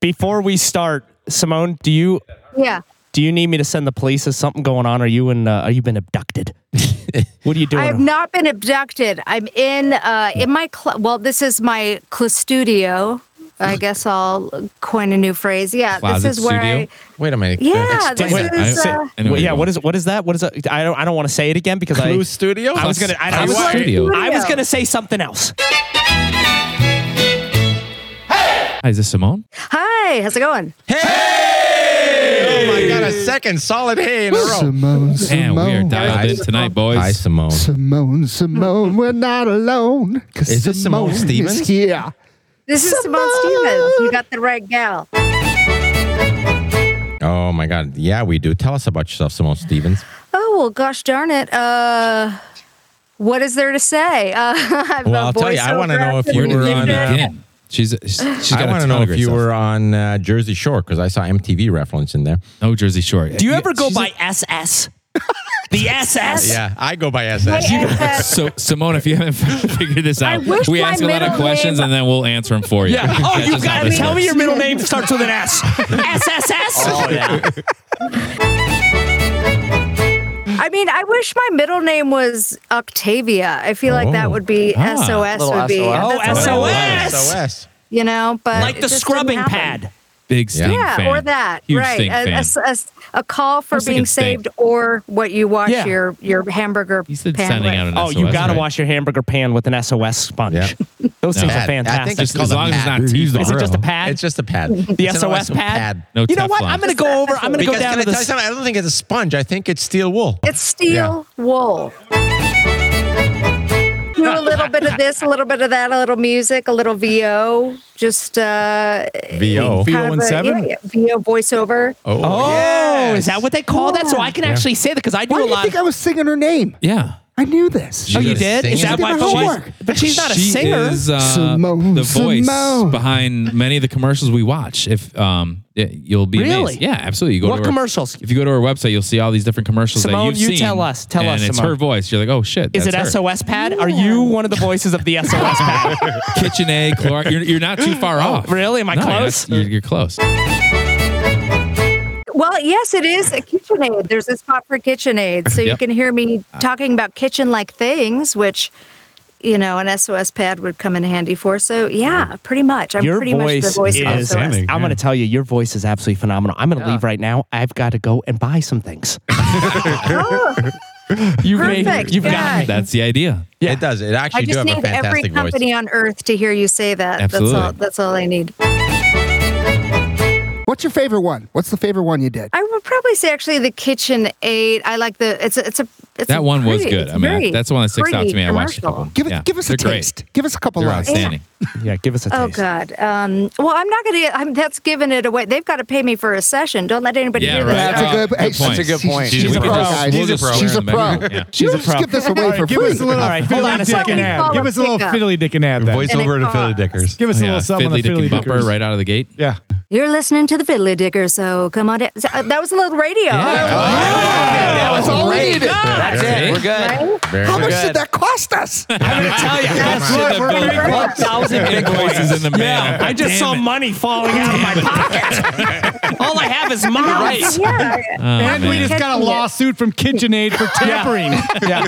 Before we start, Simone, do you Yeah. do you need me to send the police? Is something going on? Are you in? Uh, are you been abducted? what are you doing? I have not been abducted. I'm in uh, in my cl- well, this is my studio. I guess I'll coin a new phrase. Yeah, Closet this is where studio? I. Wait a minute. Yeah, Explain this wait, it. is. I- Uh, I know Well, what yeah. you What is what is that? What is that? I don't I don't want to say it again because Clue I Studio. I was gonna I, I Clue was Studio. I was gonna say something else. Hi, is this Simone? Hi, how's it going? Oh my god! A second solid hey in a row. Simone, Man, we are Simone, dialed in tonight, boys. Hi, Simone. Simone, Simone, we're not alone. 'cause Is this Simone Stevens? Is here. This is Simone Stevens. You got the right gal. Oh my god! Yeah, we do. Tell us about yourself, Simone Stevens. Oh well, gosh darn it. Uh, what is there to say? Uh, I've Well, I'll tell you, I wanna know if you Where did We're you on, uh, begin? She's she's she's I got want a ton to know of if great you stuff. were on uh, Jersey Shore because I saw MTV reference in there. no Jersey Shore. Do you ever go by SS? The SS. Yeah, I go by SS. So Simone, if you haven't figured this out, wish we my ask a lot of middle questions name- and then we'll answer them for you. Yeah. Oh, That's you just how got to this tell me works. your middle name starts with an S. SSS. Oh, I mean, I wish my middle name was Octavia. I feel like Oh. that would be Ah. SOS Little would be SOS. that's Oh, what I SOS. want, SOS. You know, but Like it the just didn't scrubbing happen. pad. Big Sting Yeah, fan. or that. Huge right. Sting a, fan. a s- a s- a call for was thinking being Sting. saved or what you watch Yeah. your your hamburger He's been pan sending with. out an Oh, SOS. you got to right? wash your hamburger pan with an SOS sponge. Yeah. Those things Pad. are fantastic. I think it's Just as called a long as it's pad. not teeth. Is it just a pad? It's just a pad. the It's an SOS pad. No you know what? Teflon. I'm going to go over. I'm going to go Because down can I to tell you the. something? I don't think it's a sponge. I think it's steel wool. It's steel wool. Do a little bit of this, a little bit of that, a little music, a little VO, just uh, Oh. VO. kind of a- yeah, yeah, VO voiceover. Oh, Oh, yes. is that what they call that? So I can actually say that because I do Why a do you lot. think I was singing her name? Yeah. I knew this. oh, you She's did? singing. Is that She why? did But, my she's- homework. but she's not a she singer. Is, uh, Simone, the voice Simone. behind many of the commercials we watch. If um, it- you'll be Really? amazed. Yeah, absolutely. You go What to her- commercials? If you go to our website, you'll see all these different commercials that Simone, you've you seen. tell us. Tell and us, it's Simone. her voice. You're like, oh shit. Is it that's her. SOS pad? Are you one of the voices of the SOS pad? KitchenAid, Clorox. You're, you're not too far off. really? Am I No, you're not- close? You're, you're close. Well, yes, it is a KitchenAid. There's a spot for KitchenAid, so you Yep. can hear me talking about kitchen-like things, which you know an SOS pad would come in handy for. So yeah, pretty much. I'm Your pretty much the voice voice of SOS. is. I'm Outstanding, going to yeah. tell you, your voice is absolutely phenomenal. I'm going to leave right now. I've got to go and buy some things. Oh, You've Perfect, You've yeah. got me. That's the idea. Yeah. It does. It I actually do just have a need every fantastic voice. company on earth to hear you say that. Absolutely. That's all. That's all I need. What's your favorite one? What's the favorite one you did? I would probably say actually the Kitchen Aid. I like the it's a it's a it's That a one was pretty- good. it's I mean, I- very that's the one that sticks out to pretty me. I watched a commercial. couple. Give it, Yeah. give us a They're great. taste. Give us a couple They're lines. outstanding. Yeah, give us a taste. Oh God. Um, well, I'm not gonna. I'm, that's giving it away. They've got to pay me for a session. Don't let anybody. Yeah, do right. that. That's Oh, a good, good hey, point. she's- That's a good point. She's, We a can pro. just- guys. we'll just throw she's her a in the back. pro. Yeah. She's a a pro. Just give this away for give free. us a little All right, hold fiddly on a dick second. and ad. Follow Give us a little pickup. fiddly dick and ad. then. And it Voiceover to Philly costs. Dickers. Give us a Yeah, little something on the Fiddly Dick fiddly and Bumper dickers. right out of the gate. Yeah. You're listening to the Fiddly Dicker, so come on. down. So, uh, that was a little radio. That was all we needed. That's it. it. We're good. Very How much good. did that cost us? I'm going to tell you. That's right. it. We're Billy very Bob good. thousand invoices in the mail. I just Damn saw it. money falling out of my pocket. All I have is miles. Yeah. And we just got a Catching it. lawsuit from KitchenAid for tampering. Yeah.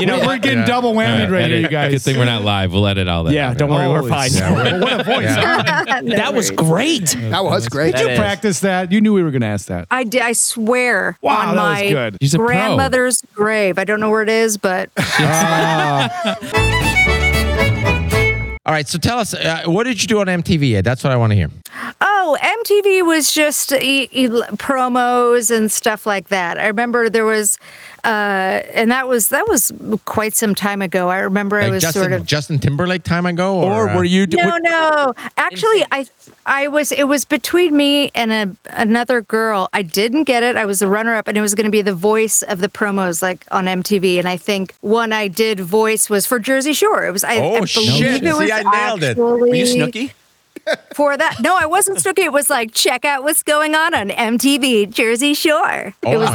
You know, We're getting double All whammied right, right here, edit. you guys. Good thing we're not live. We'll edit all that. yeah, out. don't worry, we're Holy fine. Yeah, what a voice. That was great. That was great. Did you is. practice practice that? You knew we were going to ask that. I, d- I swear Wow, on that was my good. She's a pro. grandmother's grave. I don't know where it is, but All right, so tell us, uh, what did you do on MTV? Ed? That's what I want to hear. Oh, MTV was just e- e- promos and stuff like that. I remember there was, uh, and that was that was quite some time ago. I remember it Like was Justin, sort of Justin Timberlake time ago, or, Or uh, were you? no, no. Actually, I I was it was between me and a another girl. I didn't get it. I was the runner up, and it was going to be the voice of the promos, like on MTV. And I think one I did voice was for Jersey Shore. It was I, Oh, I believe it shit. See, was I nailed it. actually Were you Snooky? for that. No, I wasn't Snooki. It was like, check out what's going on on MTV Jersey Shore. it Oh, was like, my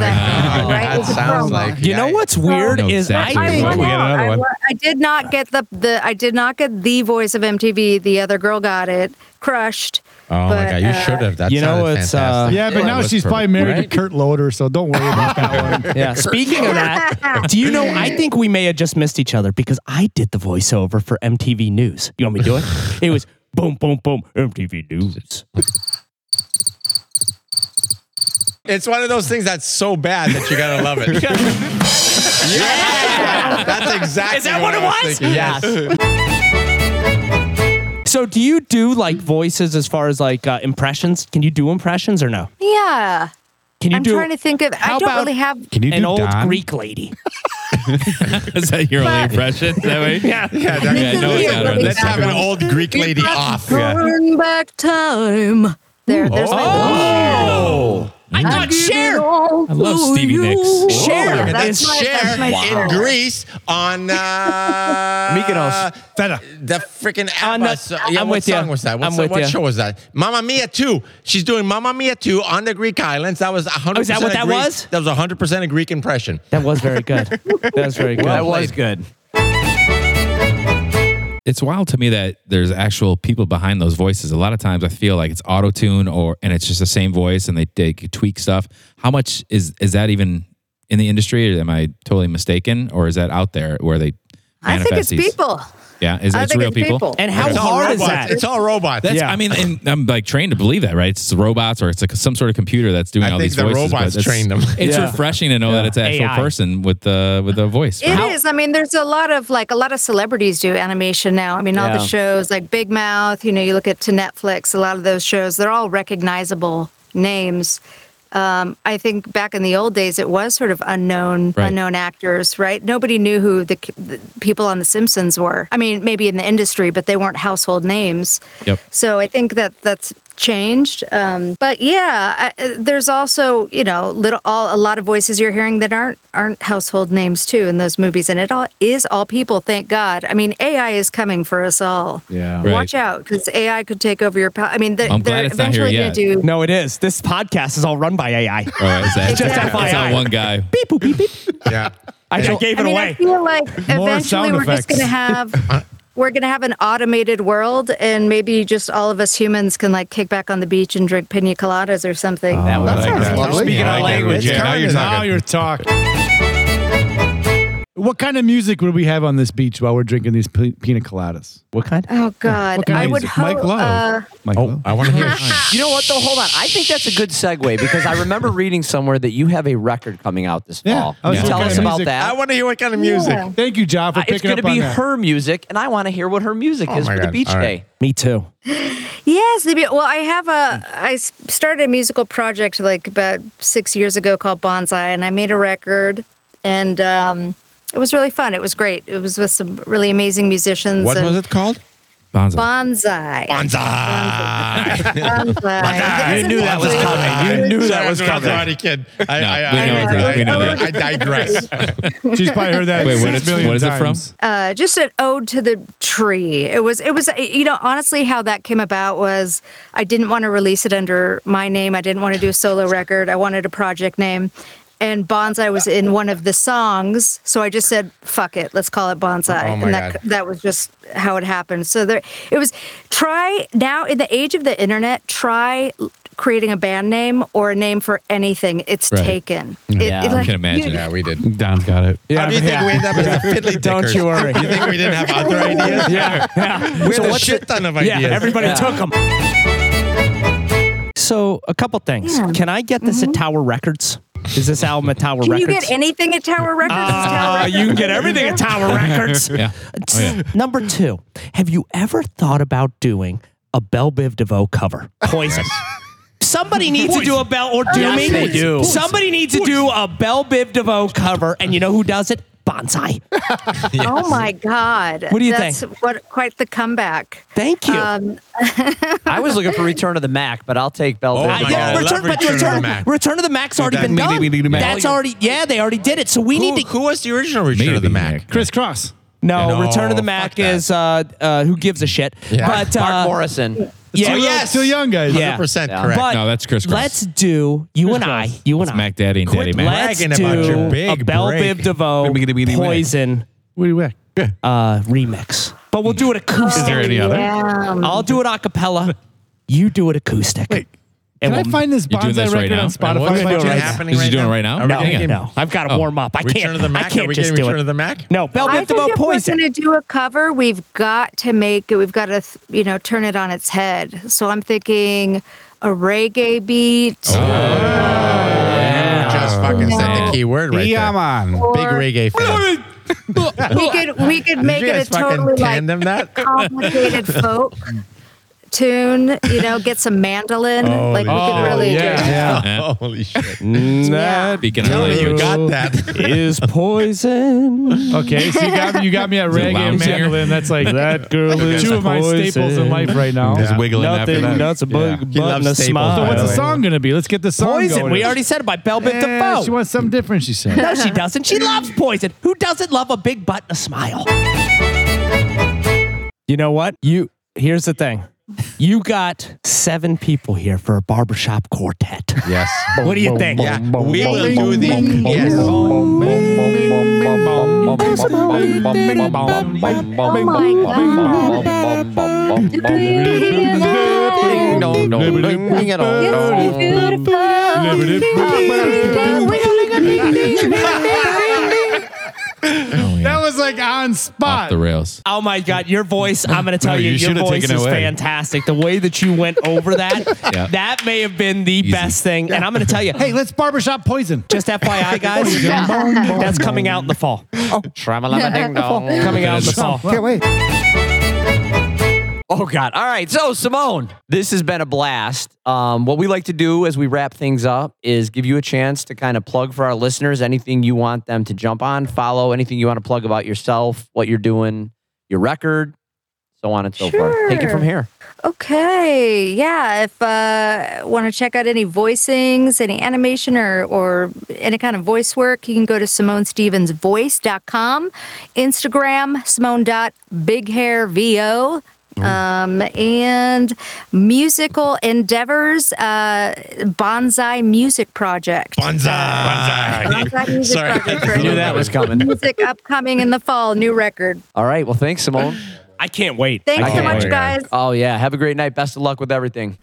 God. right? It That was a sounds promo. like You know yeah, what's weird No, is exactly. I I, think won we out. get another I, one. won- I did not get the the I did not get the voice of MTV. The other girl got it crushed. But, Oh my god, you uh, should have. That You know, sounded it's, uh, fantastic. Yeah, but That now was she's perfect. probably married Right? to Kurt Loader, so don't worry about that one. Yeah. Speaking of that, do you know? I think we may have just missed each other because I did the voiceover for MTV News. You want me to do it? It was boom, boom, boom, MTV News. It's one of those things that's so bad that you gotta love it. yeah, that's exactly. Is that what it I was? thinking. Yes. So, do you do like voices as far as like uh, impressions? Can you do impressions or no? Yeah. Can you I'm do trying to think of. How I don't about- really have. Can you an old Greek lady? Is that your only impression? Is that way? yeah. Yeah, that- Yeah, no, it's not right. Let's have an old Greek lady off. Yeah. Turn back time. There, there's Oh! my I thought Cher. I love Stevie Nicks. Cher. Look at that. is- Cher in Greece on uh, Oh, Mykonos. Feta. The freaking On Abba the- so- I'm yeah, what with ya. song was that? What, I'm so- with what ya. show was that? Mamma Mia 2. She's doing Mamma Mia 2 on the Greek islands. That was 100% Oh, is that what a that Greek- was? That was 100% a Greek impression. That was very good. That was very good. Well, was good. It's wild to me that there's actual people behind those voices. A lot of times I feel like it's auto tune or and it's just the same voice and they, they tweak stuff. How much is is that even in the industry? Or am I totally mistaken? Or is that out there where they I manifest think it's these? people. Yeah, is, I it's think real it's people. people. and how It's all hard is robots. that? It's all robots. That's Yeah. I mean, and I'm like trained to believe that, right? It's robots or it's like some sort of computer that's doing I all think these the voices. but robots it's- trained them. It's Yeah. refreshing to know that it's an actual AI. person with the with a voice. It is. I mean, there's a lot of like a lot of celebrities do animation now. I mean, all Yeah. the shows like Big Mouth. You know, you look at to Netflix. A lot of those shows, they're all recognizable names. Um, I think back in the old days, it was sort of unknown Right. unknown actors, right? Nobody knew who the, c- the people on The Simpsons were. I mean, maybe in the industry, but they weren't household names. Yep. So I think that that's changed. Um, but yeah, I, uh, there's also you know little all a lot of voices you're hearing that aren't aren't household names too in those movies, and it all is all people. Thank God. I mean, AI is coming for us all. Yeah. Right. Watch out because AI could take over your. Po- I mean, they're, I'm glad they're it's not here eventually yet. going to do. No, it is. This podcast is all run by AI. All right, it's, it's, Just it's FYI. not one guy. Beep, boop, beep, beep. yeah. I just gave it I mean, I away. feel like More eventually sound we're just effects. going to have we're going to have an automated world, and maybe just all of us humans can like kick back on the beach and drink pina coladas or something. would that like sounds that. lovely. Speaking Yeah, of I like it. language, Yeah, now Now you're you're, talking. talking. What kind of music would we have on this beach while we're drinking these p- pina coladas? What kind? Oh God, What kind I of would music? Mike hope. Love. Uh, Mike Oh, Love. I want to hear. You know what though? Hold on. I think that's a good segue because I remember reading somewhere that you have a record coming out this Yeah, fall. I was Can you looking at Tell us music. about I that. want to hear what kind of music. Yeah. Thank you, John, for Uh, it's picking going up to on be that. her music, and I want to hear what her music Oh is my for the God. beach All right. day. Me too. Yes, they be, well, I have a. I s- started a musical project like about six years ago called Bonsai, and I made a record, and um, it was really fun. It was great. It was with some really amazing musicians. What and was it called? Bonzo. Bonsai. Bonsai. Bonsai. You knew that was coming. You knew that was coming. Karate Kid. I, No, I, we I, know I, that. We know I, that. I digress. She's probably heard that. Wait, what six is- million what is it from? times. uh, just an ode to the tree. It was, it was, uh, you know, honestly, how that came about was I didn't want to release it under my name. I didn't want to do a solo record. I wanted a project name. And Bonsai was in one of the songs. So I just said, fuck it, let's call it Bonsai. Oh my and that, God. that was just how it happened. So there, it was try now in the age of the internet, try creating a band name or a name for anything. It's Right. taken. Yeah. You I can imagine. Yeah, we did. Don's got it. Yeah, How do you but- think we end up as a fiddly Don't you worry. You think we didn't have other ideas? yeah. We So had a what's shit ton of Yeah, ideas. everybody Yeah. took 'em. took them. So, a couple things. Yeah. Can I get this at Tower Records? Is this album at Tower Can you Records? get anything at Tower Records? Is Tower Uh, Records you can get everything at Tower Records. Yeah. Oh, yeah. Number two, have you ever thought about doing a Bell Biv DeVoe cover? Poison. Somebody needs to do a Bell or do Yes, me. they do. Somebody needs to do a Bell Biv DeVoe cover, and you know who does it? Bonsai. Oh my God! What do you That's think? What quite the comeback. Thank you. Um, I was looking for Return of the Mac, but I'll take Bell. Oh Biv my I DeVoe. did- God, I love Uh, return, but Return of the return, Mac. return of the Mac's already That- been Me, done. me, me, me, me. That's already yeah, they already did it. So we Who, need to who was the original Return of the Maybe. Mac? Chris Cross. No, No, Return of the fuck Mac that. is uh, uh, who gives a shit. Yeah. But uh, Mark Morrison. Yeah, Still young- yes. Still young, guys. Yeah. 100% Yeah. correct. But No, that's Chris Cross. Let's do you and I. You and I. Mac Daddy and Daddy Quit Mac. Let's bragging do about your big a Bell break. Biv DeVoe Biggity, biggity, biggity. Poison What do you wear? uh, remix, but we'll do it acoustic. Is there any other? yeah. I'll do it a cappella. You do it acoustic. Wait, And Can I we'll- find this You're doing bonsai this record right now? on And Spotify? what's by doing chance? happening Is he right doing now? it right now? Are we No, gonna get no. I've got to Oh. warm up. I Return can't. to the Mac? I Are can't we just getting do Return it. to the Mac? No, Bell I Biv think DeVoe if we're Poison. going to do a cover, we've got to make it. We've got to, th- you know, turn it on its head. So I'm thinking a reggae beat. You Just fucking said the key word right Yeah, man. there. Big Or- reggae fan. We could we could make Did you it a guys fucking totally like tandem that? complicated folk tune. You know, get some mandolin. like we could really. yeah, yeah. Holy shit. Yeah. Speaking of Tell me you language, got that. is poison. Okay, so you got, you got me at it reggae lounge and singer? mandolin. That's like that girl two of my staples in life right now. Yeah. wiggling after that. Nothing. That's a bug, He button, loves a staples, smile. So what's the By the way. song gonna be? Let's get the song Poison. going. We already said it by Bell Biv Eh, DeVoe. She wants something different. She said. no, she doesn't. She loves poison. Who doesn't love a big butt and a smile? You know what? You here's the thing. You got seven people here for a barbershop quartet. Yes. What do you think? Yeah, we will do the yes. Oh my god. Ding dong dong ding ding dong dong. That was like on off spot. the rails. Oh my God, your voice! I'm going to tell No, you, you your should've voice taken it is away. fantastic. The way that you went over that, Yeah. that may have been the best thing. And I'm going to tell you, hey, let's barbershop poison. just FYI, guys, that's coming out in the fall. Tramalama ding dong. Coming out in the fall. Can't wait. Oh God! All right, so Simone, this has been a blast. Um, what we like to do as we wrap things up is give you a chance to kind of plug for our listeners anything you want them to jump on, follow, anything you want to plug about yourself, what you're doing, your record, so on and so forth. Take it Sure. from here. Okay. Yeah. If uh, want to check out any voicings, any animation, or or any kind of voice work, you can go to SimoneStevensVoice.com, Instagram Simone.BigHairVO. Um, and musical endeavors, uh, Bonsai Music Project. Bonsai. Bonsai Music Sorry. Project. for I knew that was any coming. Music upcoming in the fall, new record. All right, well, thanks, Simone. I can't wait. Thanks I so can't much, wait. guys. Oh yeah, have a great night. Best of luck with everything.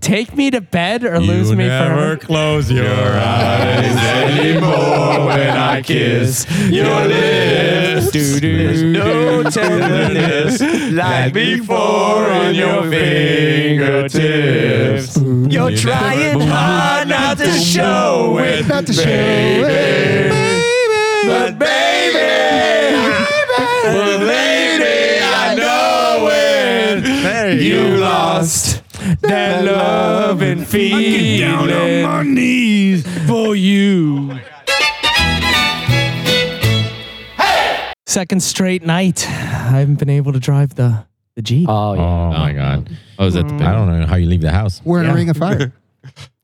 Take me to bed or lose me forever. close your eyes anymore when I kiss your lips. There's no tenderness like before on your fingertips. You're trying hard not to show it, Not to show it. but baby, but baby, I know it. You lost that love and feeling. knees for you. Second straight night, I haven't been able to drive the the Jeep. Oh yeah. Oh my god! Oh, is that Hmm. the big? I don't know how you leave the house. We're in Yeah. a ring of fire.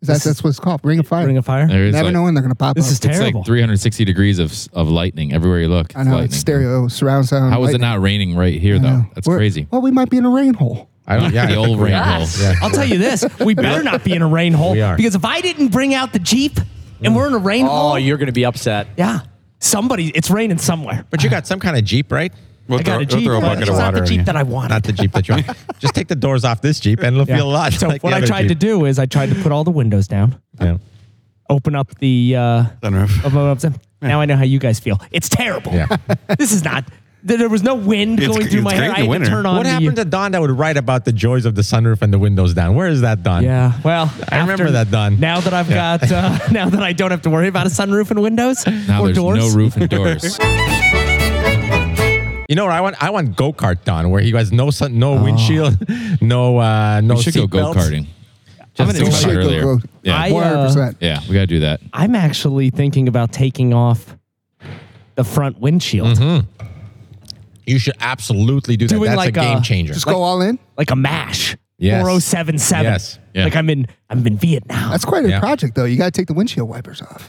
That's, that's what it's called. Ring of fire. Ring of Fire. There is Never like, know when they're going to pop This up. is It's terrible. like 360 degrees of of lightning everywhere you look. I know. lightning. It's stereo, surround sound. How is it lightning. not raining right here I though? know. That's We're- Oh. crazy. Well, we might be in a rain hole. I don't. Yeah, The old rain hole. Yeah. I'll tell you this: we better not be in a rain hole We are. because if I didn't bring out the Jeep and we're in a rain hole, Oh, you're gonna be upset. yeah, somebody, it's raining somewhere. But you got some kind of Jeep, right? I got a Jeep. but it's not the Jeep that I wanted. Not the Jeep that you want. Just take the doors off this Jeep and it'll Yeah. feel a lot So like what the I other tried to Jeep. do is I tried to put all the windows down, Yeah. open up the. Uh, Center of- Oh, of- of- of- now I know how you guys feel. It's terrible. Yeah. this is not. th- There was no wind It's- going through it's my hair. great in I the had to winter. turn on. What the, happened to Don that would write about the joys of the sunroof and the windows down? Where is that Don? Yeah. Well, I remember after- that, Don. Now that I've got, uh, now that I don't have to worry about a sunroof and windows Now or there's doors. no roof and doors. You know what I want? I want go kart Don, where he has no sun, no windshield, no uh, no Oh. we should go seat go belts. karting. I'm Just gonna think go about it kart. earlier. Go- go. Yeah, I, uh, 100%. yeah, we gotta do that. I'm actually thinking about taking off the front windshield, Mm-hmm. You should absolutely do that. Doing That's like a game a- changer. uh, Just go all in. like a mash. Yes. 4077. Yes. Yeah. Like I'm in I'm in Vietnam. That's quite a Yeah. project, though. You got to take the windshield wipers off.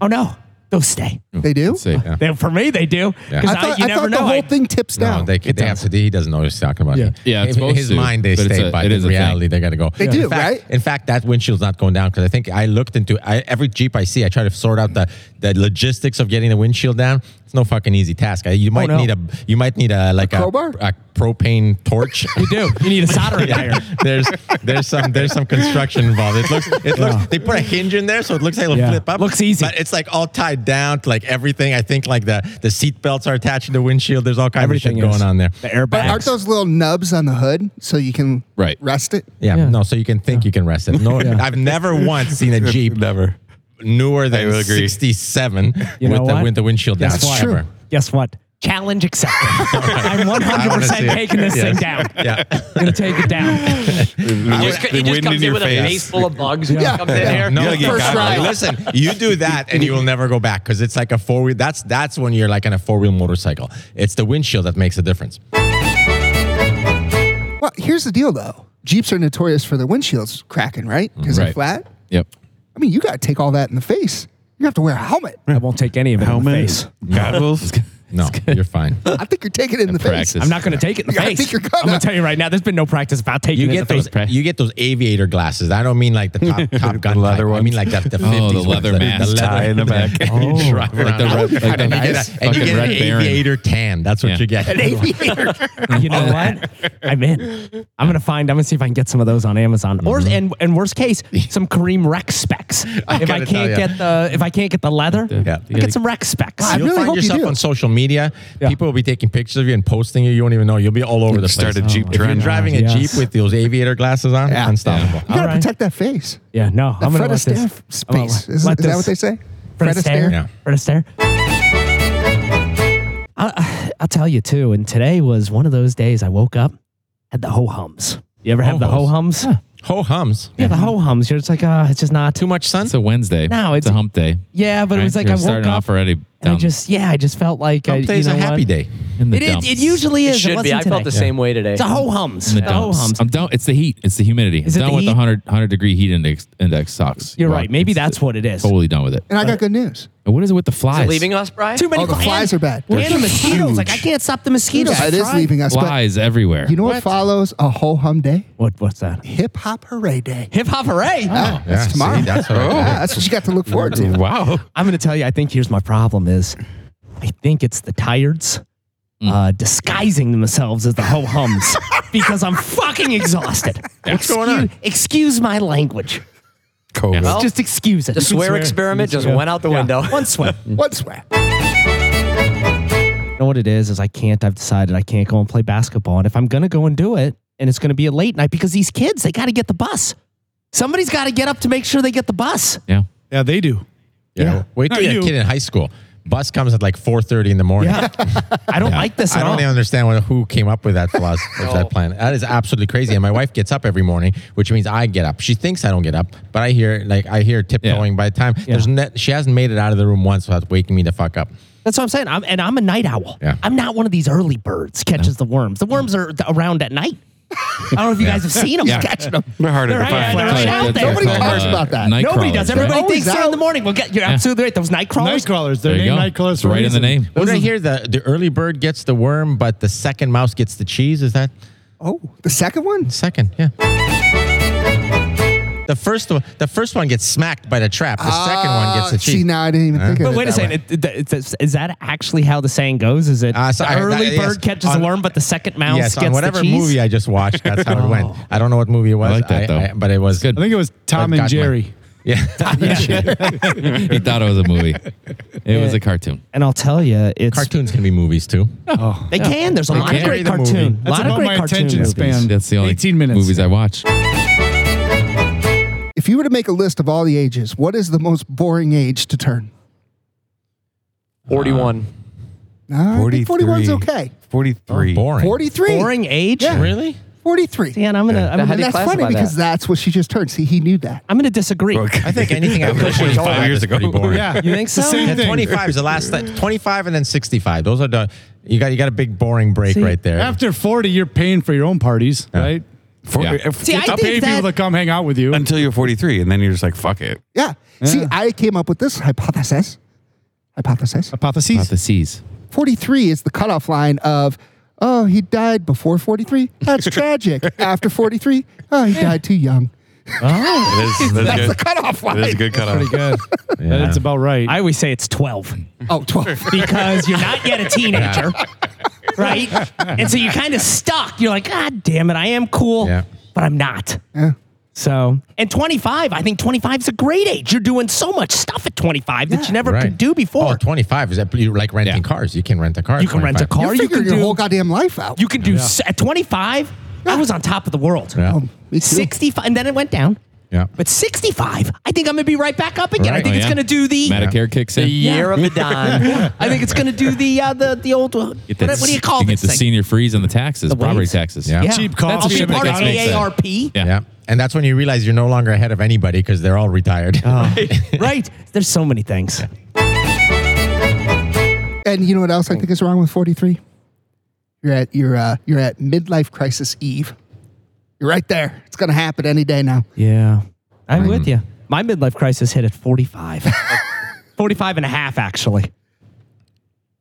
oh no. They'll stay. They do? Say, yeah. They, for me they do. Yeah. Because I I, thought, you I never thought know. the whole I- thing tips no, down. they, they have to. He doesn't know what he's talking about. Yeah. Yeah, it's In- in supposed his to, mind they but it's stay a- by it the is a reality. thing. They got to go. They do, in fact, right? In fact, that windshield's not going down because I think I looked into I, every Jeep I see. I try to sort out the the logistics of getting the windshield down. It's no fucking easy task. Uh, You might no. need a you might need a like a, Oh, crowbar? a propane torch. You do. You need a soldering Yeah. iron. there's there's some there's some construction involved. It looks it looks they put a hinge in there so it looks like it'll Yeah. flip up. Looks easy. But it's like all tied down to like everything. I think like the the seat belts are attached to the windshield. There's all kinds Everything of shit is. going on there. The But aren't airbags. those little nubs on the hood so you can Right. rest it? Yeah, no, so you can think you can rest it. No, I've never once seen a Jeep Never. newer than will agree. 67 You with know the, what? with the windshield down. That's Ever. true. Guess what? Challenge accepted. I'm I wanna see 100% it. taking this thing Yes. down. Yeah. I'm gonna take it down. He just, The he just wind comes in, in your with a face. face full of bugs. when he Yeah. comes in here. No, You'll get first got try. by. Listen, you do that and you will never go back because it's like a four wheel. That's that's when you're like on a four wheel motorcycle. It's the windshield that makes a difference. Well, here's the deal though. Jeeps are notorious for their windshields cracking, right? Because they're Right. flat. Yep. I mean, you got to take all that in the face. You have to wear a helmet. I won't take any of it in the face. Goggles. No, you're fine. I think you're taking it in the face. Practice. I'm not gonna take it in the Yeah, I face. think you're gonna. I'm gonna tell you right now. There's been no practice about taking You it get in the those. face. You get those aviator glasses. I don't mean like the top top gun leather type. I mean like that the 50s the ones, leather like mask. Tie in the back. you drive around. the red- like the and you nice get, a, and you fucking get an Red Baron. aviator tan. That's what Yeah. you get. You know what? I'm in. I'm gonna find. I'm gonna see if I can get some of those on Amazon, or Mm-hmm. and and worst case, some Kareem Rex specs. if I gotta tell can't ya. get the if I can't get the leather, Yeah. I'll get some Rex specs. I You'll really find hope you yourself do. on social media. Yeah. People will be taking pictures of you and posting you. You won't even know. You'll be all over the place. Start a Jeep if you're trend. driving a Yes. Jeep with those aviator glasses on, Yeah. unstoppable. You got to Alright. protect that face. Yeah, no, That I'm gonna Fred let this. Astaire I'm gonna let- space. Is, let is that this- what they say? Fred Astaire. Yeah. Fred Astaire. I, I'll tell you too. And today was one of those days. I woke up, had the ho hums. You ever have the ho Ho-hos. hums? Yeah. Ho hums. the ho hums. You're just like, uh, it's just not Too much sun. It's a Wednesday. No, it's, it's- a hump day. Yeah, but it was Right? like You're I woke starting up off already. and I down just yeah, I just felt like I, Hump you day's know a happy what? day. in the It, it, dumps. it usually It is. should it be. wasn't I felt the today. same way today. It's a ho hums. in the the ho dumps. hums. I'm done. It's the heat. It's the humidity. Is it done the with the heat? 100, 100 degree heat index index sucks. You're Well, right. Maybe it's that's what it is. totally done with it. And I got good news. What is it with the Is flies? it leaving us, Brian? Too many Oh, the flies. flies are bad. And the They're mosquitoes. Like I can't stop the mosquitoes. Yeah, I it is tried. leaving us. But Flies everywhere. you know what, follows a whole hum day? What? What's that? Hip hop hooray day. Hip hop hooray! Ah, Oh, Yeah, that's see, tomorrow. that's what I Ah, did. that's what you got to look forward to. Wow. I'm going to tell you. I think here's my problem: is I think it's the tireds Mm. uh, disguising themselves as the ho hums because I'm fucking exhausted. What's going on? Excuse my language. COVID. Well, Just excuse it. the swear, experiment just went out the window. One sweat. What's that? know what it is is I can't. I've decided I can't go and play basketball. And if I'm gonna go and do it, and it's gonna be a late night because these kids they got to get the bus. Somebody's got to get up to make sure they get the bus. yeah. Yeah, they do. Yeah. Wait till Not you're a you. kid in high school. Bus comes at like 4:30 in the morning. I don't like this I at don't all. even understand what, who came up with that philosophy, that plan. That is absolutely crazy. And my wife gets up every morning, which means I get up. She thinks I don't get up, but I hear like I hear tiptoeing. By the time there's ne- she hasn't made it out of the room once without waking me the fuck up. That's what I'm saying. I'm and I'm a night owl. Yeah. I'm not one of these early birds catches the worms. The worms are th- around at night. I don't know if you guys have seen them catching them. They're harder to find. they're That's like- right that's out there. like Nobody called, talks uh, about that. night Nobody crawlers, does. right? Everybody They're thinks always they're in the out. morning. Well, get, you're absolutely right. Those night crawlers. Night crawlers. They're There you named go. night crawlers It's for a right in the reason. name. What did I hear? The the early bird gets the worm, but the second mouse gets the cheese. Is that Oh, the second one? second? Yeah. The first one, the first one gets smacked by the trap. The second one gets the Ah, See, cheese. now I didn't even think of But it. wait a that second. way. It- it- it's- it's- is that actually how the saying goes? Is it Uh, so the I- early I- yes, bird catches on- the worm, but the second mouse yes, gets on whatever the cheese? Oh. movie I just watched, that's how it went. I don't know what movie it was, like that, though. but it was good. I think it was Tom But and God, Jerry. Yeah, he thought it was a movie. It was a cartoon. and I'll tell you, it's cartoons can be movies too. they can. There's a lot of can. great The movie. cartoon. A That's lot of about great my cartoon attention movies. span. That's the only 18 minutes. movies I watch. If you were to make a list of all the ages, what is the most boring age to turn? 41. Uh, 41's 43. okay. 43. Boring. 43. Boring age. Yeah. Really? 43. Dan, I'm gonna, I'm How gonna, do And you that's classify funny that? because that's what she just turned. See, he knew that. I'm gonna disagree. I think anything after was 25 five years is ago. pretty boring. Yeah. You think It's the so? same At thing. 25 is the last. Like, 25 and then 65. Those are the. You got you got a big boring break right there. After 40, you're paying for your own parties, right? For- Yeah. if- See, I I'll pay think that. people to come hang out with you. until you're 43, and then you're just like, fuck it. Yeah. See, I came up with this hypothesis. Hypothesis. Hypotheses. Not the seas. 43 is the cutoff line of, oh, he died before 43. That's tragic. After 43, oh, he died too young. It is, that's That's the good. cutoff line. It is a good cutoff. Pretty good. That's about right. I always say it's 12 Oh, 12. because you're not yet a teenager, right? And so you're kind of stuck. You're like, God damn it, I am cool, Yeah. but I'm not. Yeah. So, and 25, I think 25 is a great age. You're doing so much stuff at 25 that you never could do Oh, before. 25 is that you're like renting Yeah. cars. You can rent a car. at you can rent a 25. car. You're You figuring can your whole do. goddamn life out. You can do s at 25. I was on top of the world. Yeah. Me too. 65, and then it went down. Yeah. Um, But 65, I think I'm gonna be right back up again. I Right. think Oh, it's yeah? gonna do the. uh, Medicare kicks The in. year of the Don. I think it's gonna do the uh, the the old. uh, Get What, that- what do you call Get this the thing? senior freeze on the taxes, property waves. taxes. Yeah. Cheap I'll coffee be at part of McDonald's. AARP. Yeah. Yeah. And that's when you realize you're no longer ahead of anybody because they're all retired. Oh. Right. There's so many things. And you know what else I think is wrong with 43? You're at you're uh, you're at midlife crisis eve. You're right there. It's gonna happen any day now. Yeah. Mm-hmm. I'm with you. My midlife crisis hit at 45. 45 and a half, actually.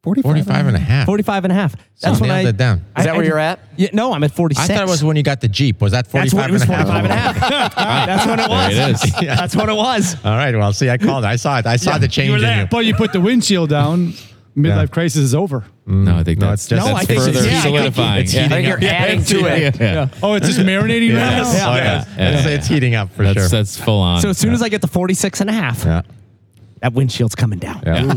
45. 45 and a half. 45 and a half. So That's when nailed I. it down. Is I- that I where did- you're at? Yeah, no, I'm at 46. I thought it was when you got the Jeep. Was that 45 That's when it was and a half? 45 and a half. That's when it was. There it is. That's when it was. All right. Well, see, I called. it. I saw it. I saw the change you were in there. you. But you put the windshield down. Midlife Yeah. crisis is over. No, I think No, that's it's just- No, that's I think it's- further yeah, I think solidifying. it's Yeah. heating Like you're adding to it. Yeah. Oh, it's just marinating Yeah. now? Yes. Oh, yeah. Yeah. It's, it's heating up for That's sure. that's full on. So as soon as I get to 46 and a half, yeah. that windshield's coming down. Yeah.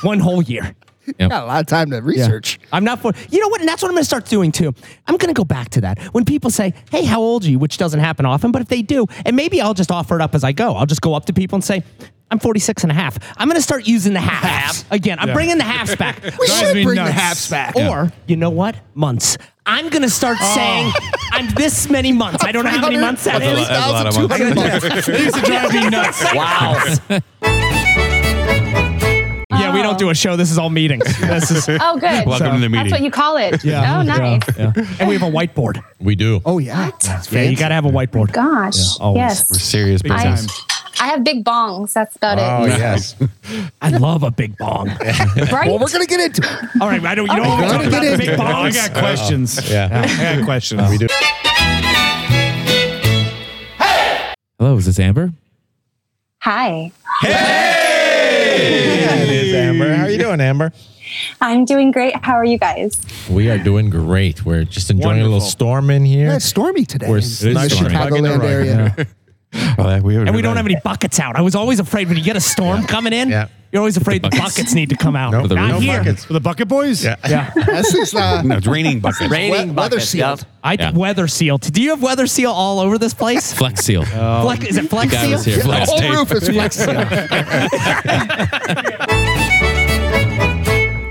One whole year. Got a lot of time to research. I'm not for you know what, and that's what I'm gonna start doing too. I'm gonna go back to that. When people say, Hey, how old are you? Which doesn't happen often, but if they do, and maybe I'll just offer it up as I go. I'll just go up to people and say, I'm 46 and a half. I'm gonna start using the half. Again, I'm bringing the halves back. We Drives should me bring the nuts. halves back. Or you know what? Months. I'm gonna start saying I'm this many months. I don't know how many months that That's a is. lot- that's a lot of 3,200 bucks. It used to drive me nuts. Wow. Yeah, we don't do a show. This is all meetings. This is, and Oh, good. Welcome to the meeting. That's what you call it. Yeah. Oh, nice. we have a whiteboard. We do. Oh yeah. That's Yeah, you gotta have a whiteboard. Gosh. always. We're yes. serious I, business. I have big bongs. That's about Oh, it. yes. I love a big bong. Right? Well, we're gonna get into it. All right, I don't. You don't Okay. want to talk about Get the in. big I bongs. got questions. Uh, Yeah. I got questions. We do. Hello, is this Amber? Hi. It is Amber. How are you doing, Amber? I'm doing great. How are you guys? We are doing great. We're just enjoying a Wonderful. little storm in here. Yeah, it's stormy today. We're in s- it is nice stormy. Chicagoland area. Well, we haven't And we heard don't that. have any buckets out. I was always afraid when you get a storm coming in, Yeah. you're always afraid the buckets. need to come out. Nope. Not No here. buckets. For the Bucket Boys? Yeah. Yeah, This is uh, No, it's raining buckets. Raining weather buckets, sealed. yep. I Yeah. weather seal. Do you have weather seal all over this place? Flex Seal. Um, Flex, is it flex Guy seal? was here. the Flex whole tape. roof is flex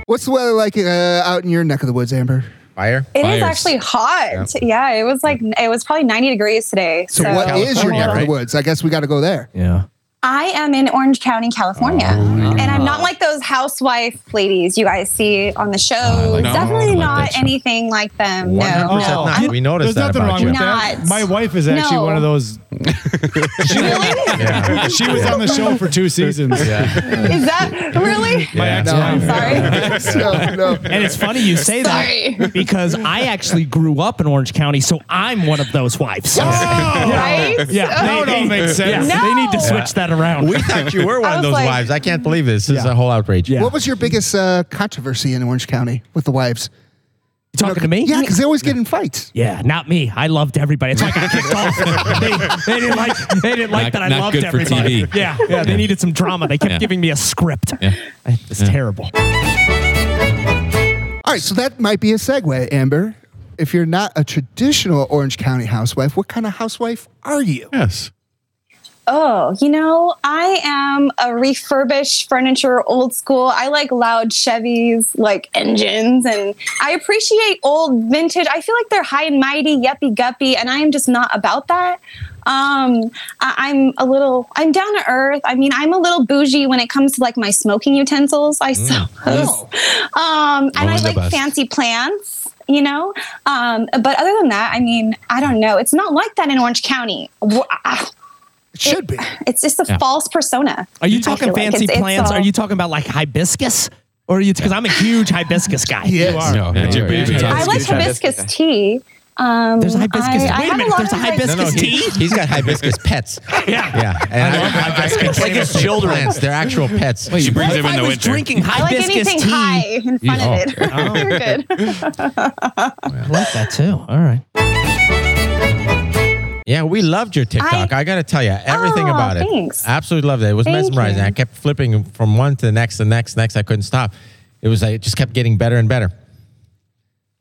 What's the weather like uh, out in your neck of the woods, Amber? Fire. It is Fires. actually hot. Yeah. it was like it was probably 90 degrees today. So, what is your California, neck of right? the woods? I guess we got to go there. Yeah. I am in Orange County, California, and I'm not like those housewife ladies you guys see on the show. like that. Definitely No, I like that not show. anything like them. 100% No, no. not. We noticed There's that nothing about wrong you. with that. Nuts. My wife is actually No. one of those. Yeah. She was on the show for two seasons. Yeah. Is that really? My Yeah. ex-wife. Sorry. no, no. And it's funny you say Sorry. that because I actually grew up in Orange County, so I'm one of those wives. Right? Yeah, they, Oh. don't make sense. yeah, they need to No. switch that around. We thought you were one I of was those like- wives. I can't believe this. This is Yeah. a whole outrage. Yeah. What was your biggest uh, controversy in Orange County with the wives? You talking to me? Yeah, because they always get in fights. Yeah, not me. I loved everybody. It's like I kicked off. They, they didn't like. They didn't Not- like that I not loved good for everybody. TV. Yeah, yeah. They needed some drama. They kept Yeah. giving me a script. It's terrible. All right, so that might be a segue, Amber. If you're not a traditional Orange County housewife, what kind of housewife are you? Yes. Oh, you know, I am a refurbished furniture, old school. I like loud Chevys, like engines, and I appreciate old vintage. I feel like they're high and mighty, yuppie guppy, and I am just not about that. Um, I- I'm a little, I'm down to earth. I mean, I'm a little bougie when it comes to like my smoking utensils. I so, um, and I Mm. Always the like best. fancy plants. You know, um, but other than that, I mean, I don't know. It's not like that in Orange County. Wha- It should be. it's just a Yeah. false persona. Are you I talking feel like. fancy It's- it's plants? all- Are you talking about like hibiscus? Or are you? Because I'm a huge hibiscus guy. Yes. No, Yeah, it's your you're right. baby. Yeah. I like Hibiscus. hibiscus tea. Um, There's a hibiscus. I- I Wait a have minute, lot there's of, a like, hibiscus he- tea? he's got hibiscus pets. Yeah, yeah. And I, love hibiscus. Like his children. Plants. They're actual pets. She What brings him if in I the was winter. drinking I like hibiscus anything tea? Oh. high in front Oh. of it. You're good. I like that too. All right. Yeah, we loved your TikTok. I, got to tell you, everything Oh, about it. thanks. Absolutely loved it. It was Thank mesmerizing. you. I kept flipping from one to the next, the next, next. I couldn't stop. It was like it just kept getting better and better.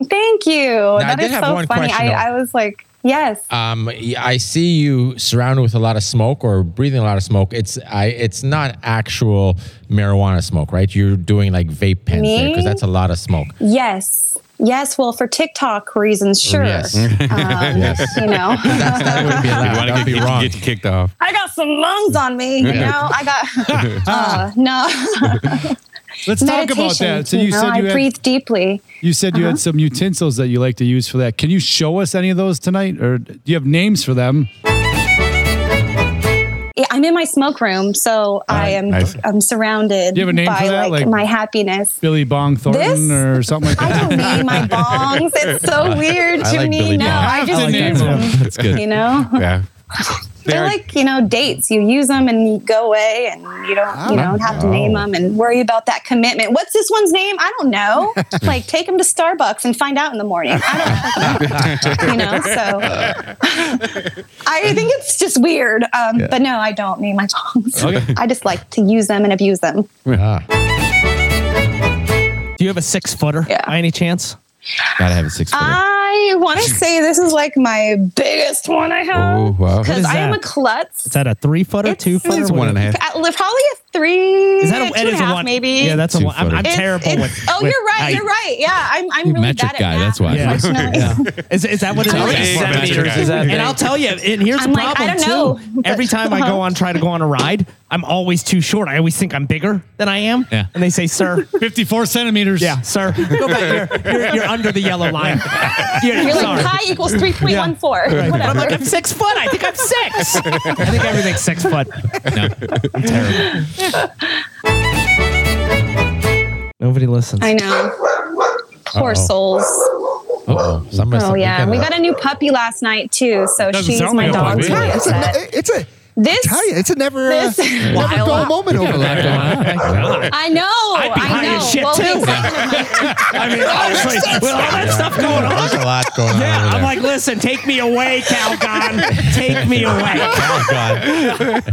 Thank you. that did is have so one funny. question, though. I, I was like, yes. Uh. Um, I see you surrounded with a lot of smoke or breathing a lot of smoke. It's I. It's not actual marijuana smoke, right? You're doing like vape pens there Me? because that's a lot of smoke. Yes. Yes. Well, for TikTok reasons, Oh, sure. Yes. Um, Yes. You know, That wouldn't be You allowed. want That to would get, be get, wrong. get you kicked off. I got some lungs on me. You know, I got, uh, no. Let's talk Meditation. about that. So you you know, said I you had, breathe deeply. you said you had some utensils that you like to use for that. Can you show us any of those tonight, or do you have names for them? Yeah, I'm in my smoke room, so I am nice. I'm surrounded Do you have a name by for that? like, Like- my happiness. Billy Bong Thornton This? or something like I that. don't name my bongs. It's so weird I to like me Billy now. Bong. I Have just to name use them. them, That's good. you know. Yeah. They're like you know dates. You use them and you go away, and you don't you know have to name them and worry about that commitment. What's this one's name? I don't know. like take them to Starbucks and find out in the morning. I don't you know. So I think it's just weird. Um, But no, I don't name my songs. I just like to use them and abuse them. Do you have a six footer Yeah. by any chance? Gotta have a six footer. I want to say this is like my biggest one I Oh, have wow. What because is I am that? a klutz. Is that a three footer, It's- two footer? It's one and a half. At- uh, Probably a three, Is that a, two it and is a half a one? maybe. Yeah, that's a one. I'm, I'm It's- terrible it's- with. Oh, with- you're right. I- you're right. Yeah, I'm. I'm really metric bad at guy, math, that's why. Yeah. Unfortunately. Is, is that what it How many is? Yeah. centimeters is that? And I'll tell you, and here's I'm the like, problem I don't too. know, but- Every time I go on, try to go on a ride, I'm always too short. I always think I'm bigger than I am. Yeah. And they say, "Sir, 54 centimeters. yeah, sir, go back here. You're, you're under the yellow line." You're, You're sorry. like pi equals three point one four. But I'm like, Whatever. I'm six foot. I think I'm six. I think everything's six foot. No. I'm terrible. Nobody listens. I know. Poor souls. Uh-oh. Somebody- Oh somebody yeah, got we a- got a new puppy last night too. So Doesn't she's sound my like a dog's puppy. very It's a, upset. it's a, This. tell you, it's a never, uh, This. never dull moment over there. I know. I'd be I high know. as shit, Well, too. the excitement of my- I mean, honestly, with all that stuff going on, There's a lot going on. Yeah, over I'm there. like, listen, take me away, Calgon. take me away. Oh, God.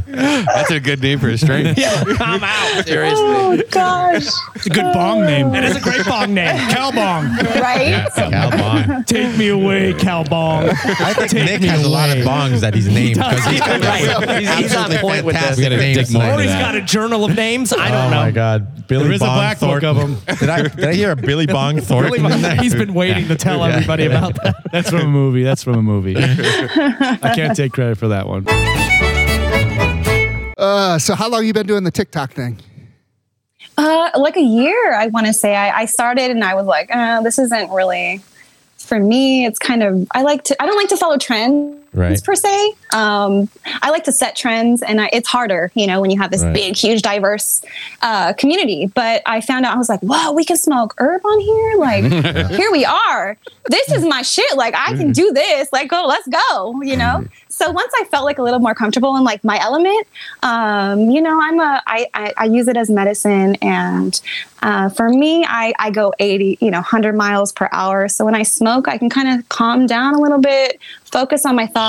That's a good name for a strain. Yeah, I'm out. oh gosh. It's a good bong name. That is a great bong name. Calbong. Right. Cal Bong. Take me away, Calbong. I think Nick has a lot of bongs that he's named because he's got Right. He's, he's on absolutely point with fantastic We this. gotta names dig more like Or he's that. got a journal of names. I Oh don't my know. God, Billy There is a Bong black book of Thornton. 'em. Did I did I hear a Billy Bong Really, Thornton? in there? He's been waiting to tell everybody about that. That's from a movie. That's from a movie. I can't take credit for that one. Uh, so how long you been doing the TikTok thing? Uh, like a year, I want to say. I, I started and I was like, uh, this isn't really for me. It's kind of I like to. I don't like to follow trends Right. per se. Um, I like to set trends, and I, it's harder, you know, when you have this Right. big, huge, diverse uh, community. But I found out I was like, whoa, we can smoke herb on here. Like, here we are. This is my shit. Like, I can do this. Like, go, let's go. You know. So once I felt like a little more comfortable in like my element, um, you know, I'm a I, I, I use it as medicine, and uh, for me, I I go 80, you know, 100 miles per hour. So when I smoke, I can kind of calm down a little bit, focus on my thoughts.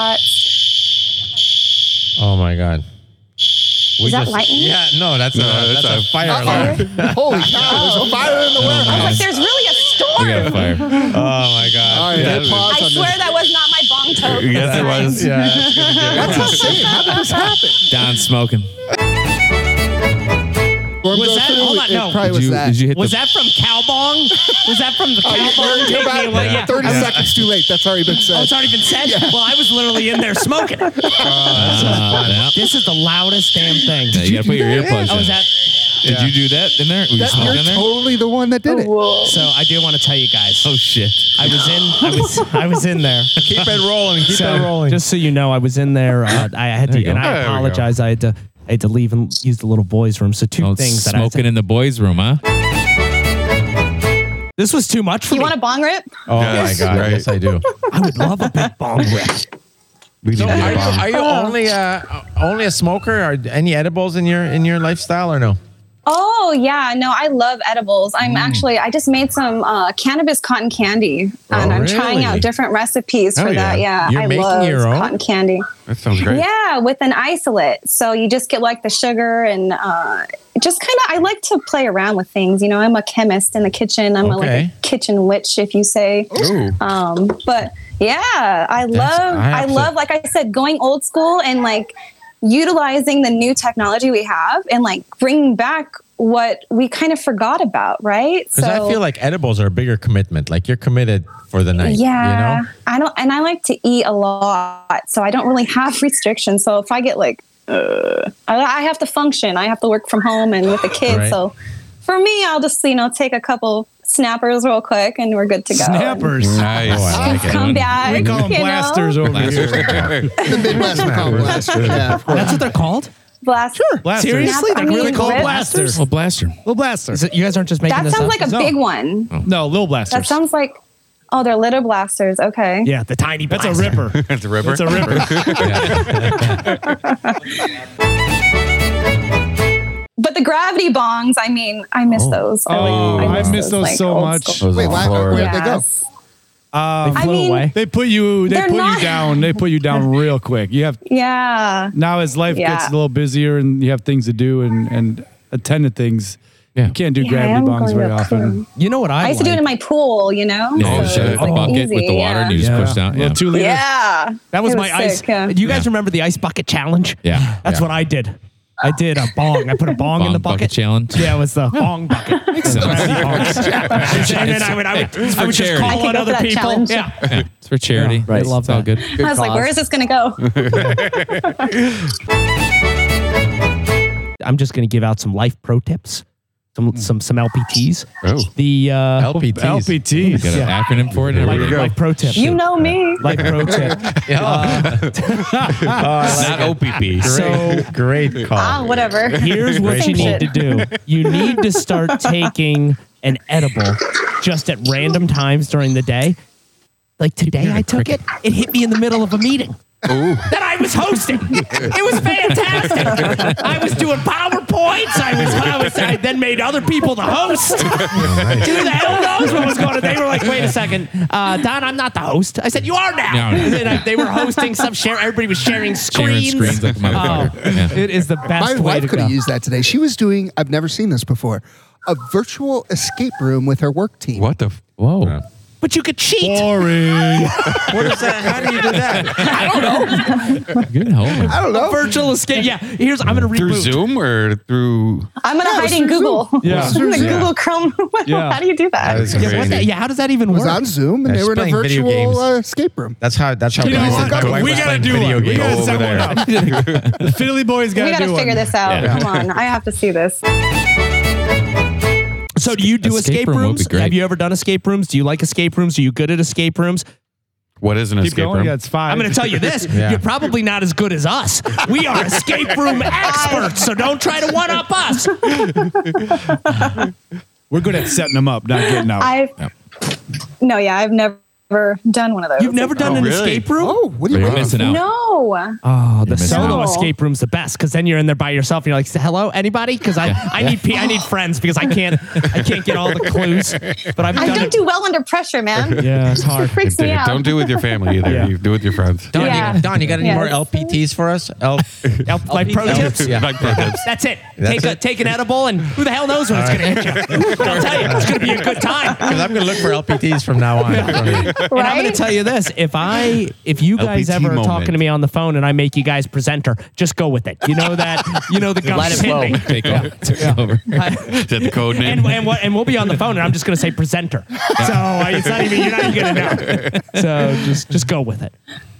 Oh my God. We Is that lightning? Yeah, no, that's a, No, that's that's a a- fire alarm. Holy cow, there's a fire in the I was warehouse. like, there's really a We got a storm. fire. Oh my All God. right, Yeah. I pause I on swear this. that was not my bong toke. Yes, it was. Yeah, that's gonna get- That's insane. How did this happen? Don smoking. Storm Was goes that- through, hold on, it no. probably Did was you, that. Did you hit Was the, that from Calbong? Was that from the Calbong? Take You're me about away. Yeah. 30 I'm- seconds too late. That's already been said. Oh, it's already been said? Well, I was literally in there smoking. Uh, yeah. This is the loudest damn thing. Yeah, you gotta put your earplugs Oh, in. is that? Did you do that in there? Were you That- smoking you're in there? totally the one that did it. So I do want to tell you guys. oh shit. I was in. I was. I was in there. Keep it rolling. Keep it rolling. Just so you know, I was in there. Uh, I had to, you go. and I There we go. apologize. I had to. I had to leave and Oh, use the little boys' room. So two Don't things that I smoking in the boys' room, huh? This was too much for me. You want a bong rip? Oh Yes. my god, Right. yes I do. I would love a big bong rip. We So need are a you, bomb. are you Oh. only uh, only a smoker? Are any edibles in your in your lifestyle or no? Oh yeah, no, I love edibles. Mm. I'm actually I just made some uh, cannabis cotton candy, and I'm trying Oh, really? out different recipes for Oh, yeah. that. Yeah, You're I making love your own? cotton candy. That sounds great. Yeah, with an isolate, so you just get like the sugar and uh, just kind of. I like to play around with things. You know, I'm a chemist in the kitchen. I'm a, like Okay. a kitchen witch, if you say. Ooh. Um, but yeah, I love, I I, have to- love, like I said, going old school and like utilizing the new technology we have and like bringing back what we kind of forgot about, right? Because I feel like edibles are a bigger commitment. Like you're committed for the night. yeah, You know? I don't, and I like to eat a lot, so I don't really have restrictions. So if I get like, uh, I, I have to function, I have to work from home and with the kids. Right. So for me, I'll just you know take a couple snappers real quick and we're good to go. Snappers. Nice. Oh, I like it. Come back. We call them you know? blasters over here. The Midwest we call them blasters. Yeah, of course. That's what they're called? Blast. Blasters. Seriously? Snap- Like I mean, really called rip- blasters? Well, blaster. Little blaster. Is it- you guys aren't just making That this sounds up? like a No. big one. No, little That blasters. sounds like oh, they're litter blasters. Okay. yeah, the tiny That's a blaster. ripper. That's a ripper. That's a ripper. But the gravity bongs, I mean, I miss those. I Oh, like- I miss those like, so old much. school. Those Wait, on why- Florida. where- Where'd Oh, they go? Yes. They I flew mean- away. They put you. They They're put you not- down. They put you down real quick. You have Yeah. now as life Yeah. gets a little busier and you have things to do and and attend to things. Yeah. You can't do Yeah, I gravity am bongs going very to a often. pool. You know what I, I used to do it in my pool, you know? Yeah, Oh, you So shut it it was, in a like, bucket with easy, the water yeah. and you just Yeah. push down. Little Yeah. two liter. Yeah. That was It my ice. sick, yeah. Do you guys Yeah. remember the ice bucket challenge? Yeah. That's Yeah. what I did. I did a bong. I put a bong, in Bong the bucket bucket. challenge? Yeah, it was the bong bucket. Gravity bongs. and then I would, I would, It's for I would just charity. I call on could go for other that people. challenge. Yeah. Yeah. It's for charity. right. It's Love all that. good. I was like, where is this going to go? I'm just going to give out some life pro tips, some some some LPTs. Oh. The uh, LPTs. LPTs. Got an acronym for it and life, everything. life pro tip. you know me. Life pro tip. Uh, Not OPP. so Great call. Ah, whatever. Here's what you Same need to do. You need to start taking an edible just at random times during the day. Like today, I took it. It hit me in the middle of a meeting that I was hosting. It was fantastic. I was doing PowerPoints. I was, I was. I then made other people the host. Dude, the hell knows what was going on. They were like, "Wait a second, uh, Don, I'm not the host." I said, "You are now." No. And then I- they were hosting some share. Everybody was sharing Sharing screens. screens like a Oh, motherfucker. Yeah. It is the best My way wife to could go. have used that today. She was doing, I've never seen this before, a virtual escape room with her work team. What the? F- Whoa. But you could cheat. Boring. What is that? How do you do that? Good homework. I don't A know. virtual escape. Yeah. Here's I'm gonna through reboot. Zoom or through? I'm going to hide in Google. Yeah. In the Yeah. Google Chrome. Yeah. How do you do that? is Yeah, what the, yeah. How does that even It was work? on Zoom and Yeah, they were in a she's playing video virtual games. uh, escape room. That's how. That's how. You know bad it is. what? My wife We was gotta playing do video one. We gotta games. Over set one there. up. the Philly boys got we to got do to figure one. this out. Yeah. Come on. I have to see this. So do you do escape, Escape room would rooms? be great. Have you ever done escape rooms? Do you like escape rooms? Are you good at escape rooms? What is an Keep escape going. room? Yeah, it's five. I'm going to tell you this. Yeah. You're probably not as good as us. We are escape room experts, so don't try to one up us. We're good at setting them up, not getting out. I've no, yeah, I've never done one of those. You've never done Oh, an really? escape room? Oh, what do you You're mean? missing out. No, Oh, the missing solo out. escape room's the best because then you're in there by yourself and you're like, "Hello, anybody?" Because I, I need pe- I need friends because I can't I can't get all the clues. But I've I done don't it. do well under pressure, man. yeah, it's hard. Freaks me out. Don't do it with your family either. Yeah. You do it with your friends. Don, Yeah. you, Don, you got any Yeah. more LPTs for us? L- Yep, like pro L- tips. Yeah. Like pro tips. That's it. That's take a it? take an edible, and who the hell knows when it's going to hit you? But I'll tell you, it's going to be a good time. 'Cause I'm gonna look for LPTs from now on. And I'm going Right? to tell you this: if I, if you guys LPT ever are moment. talking to me on the phone and I make you guys presenter, just go with it. You know that. You know the Let gums it flow. hit me. Take over. Take over. Is that the code name? And, and, what, and we'll be on the phone, and I'm just going to say presenter. So I, it's not even you're not even going to know. So just just go with it.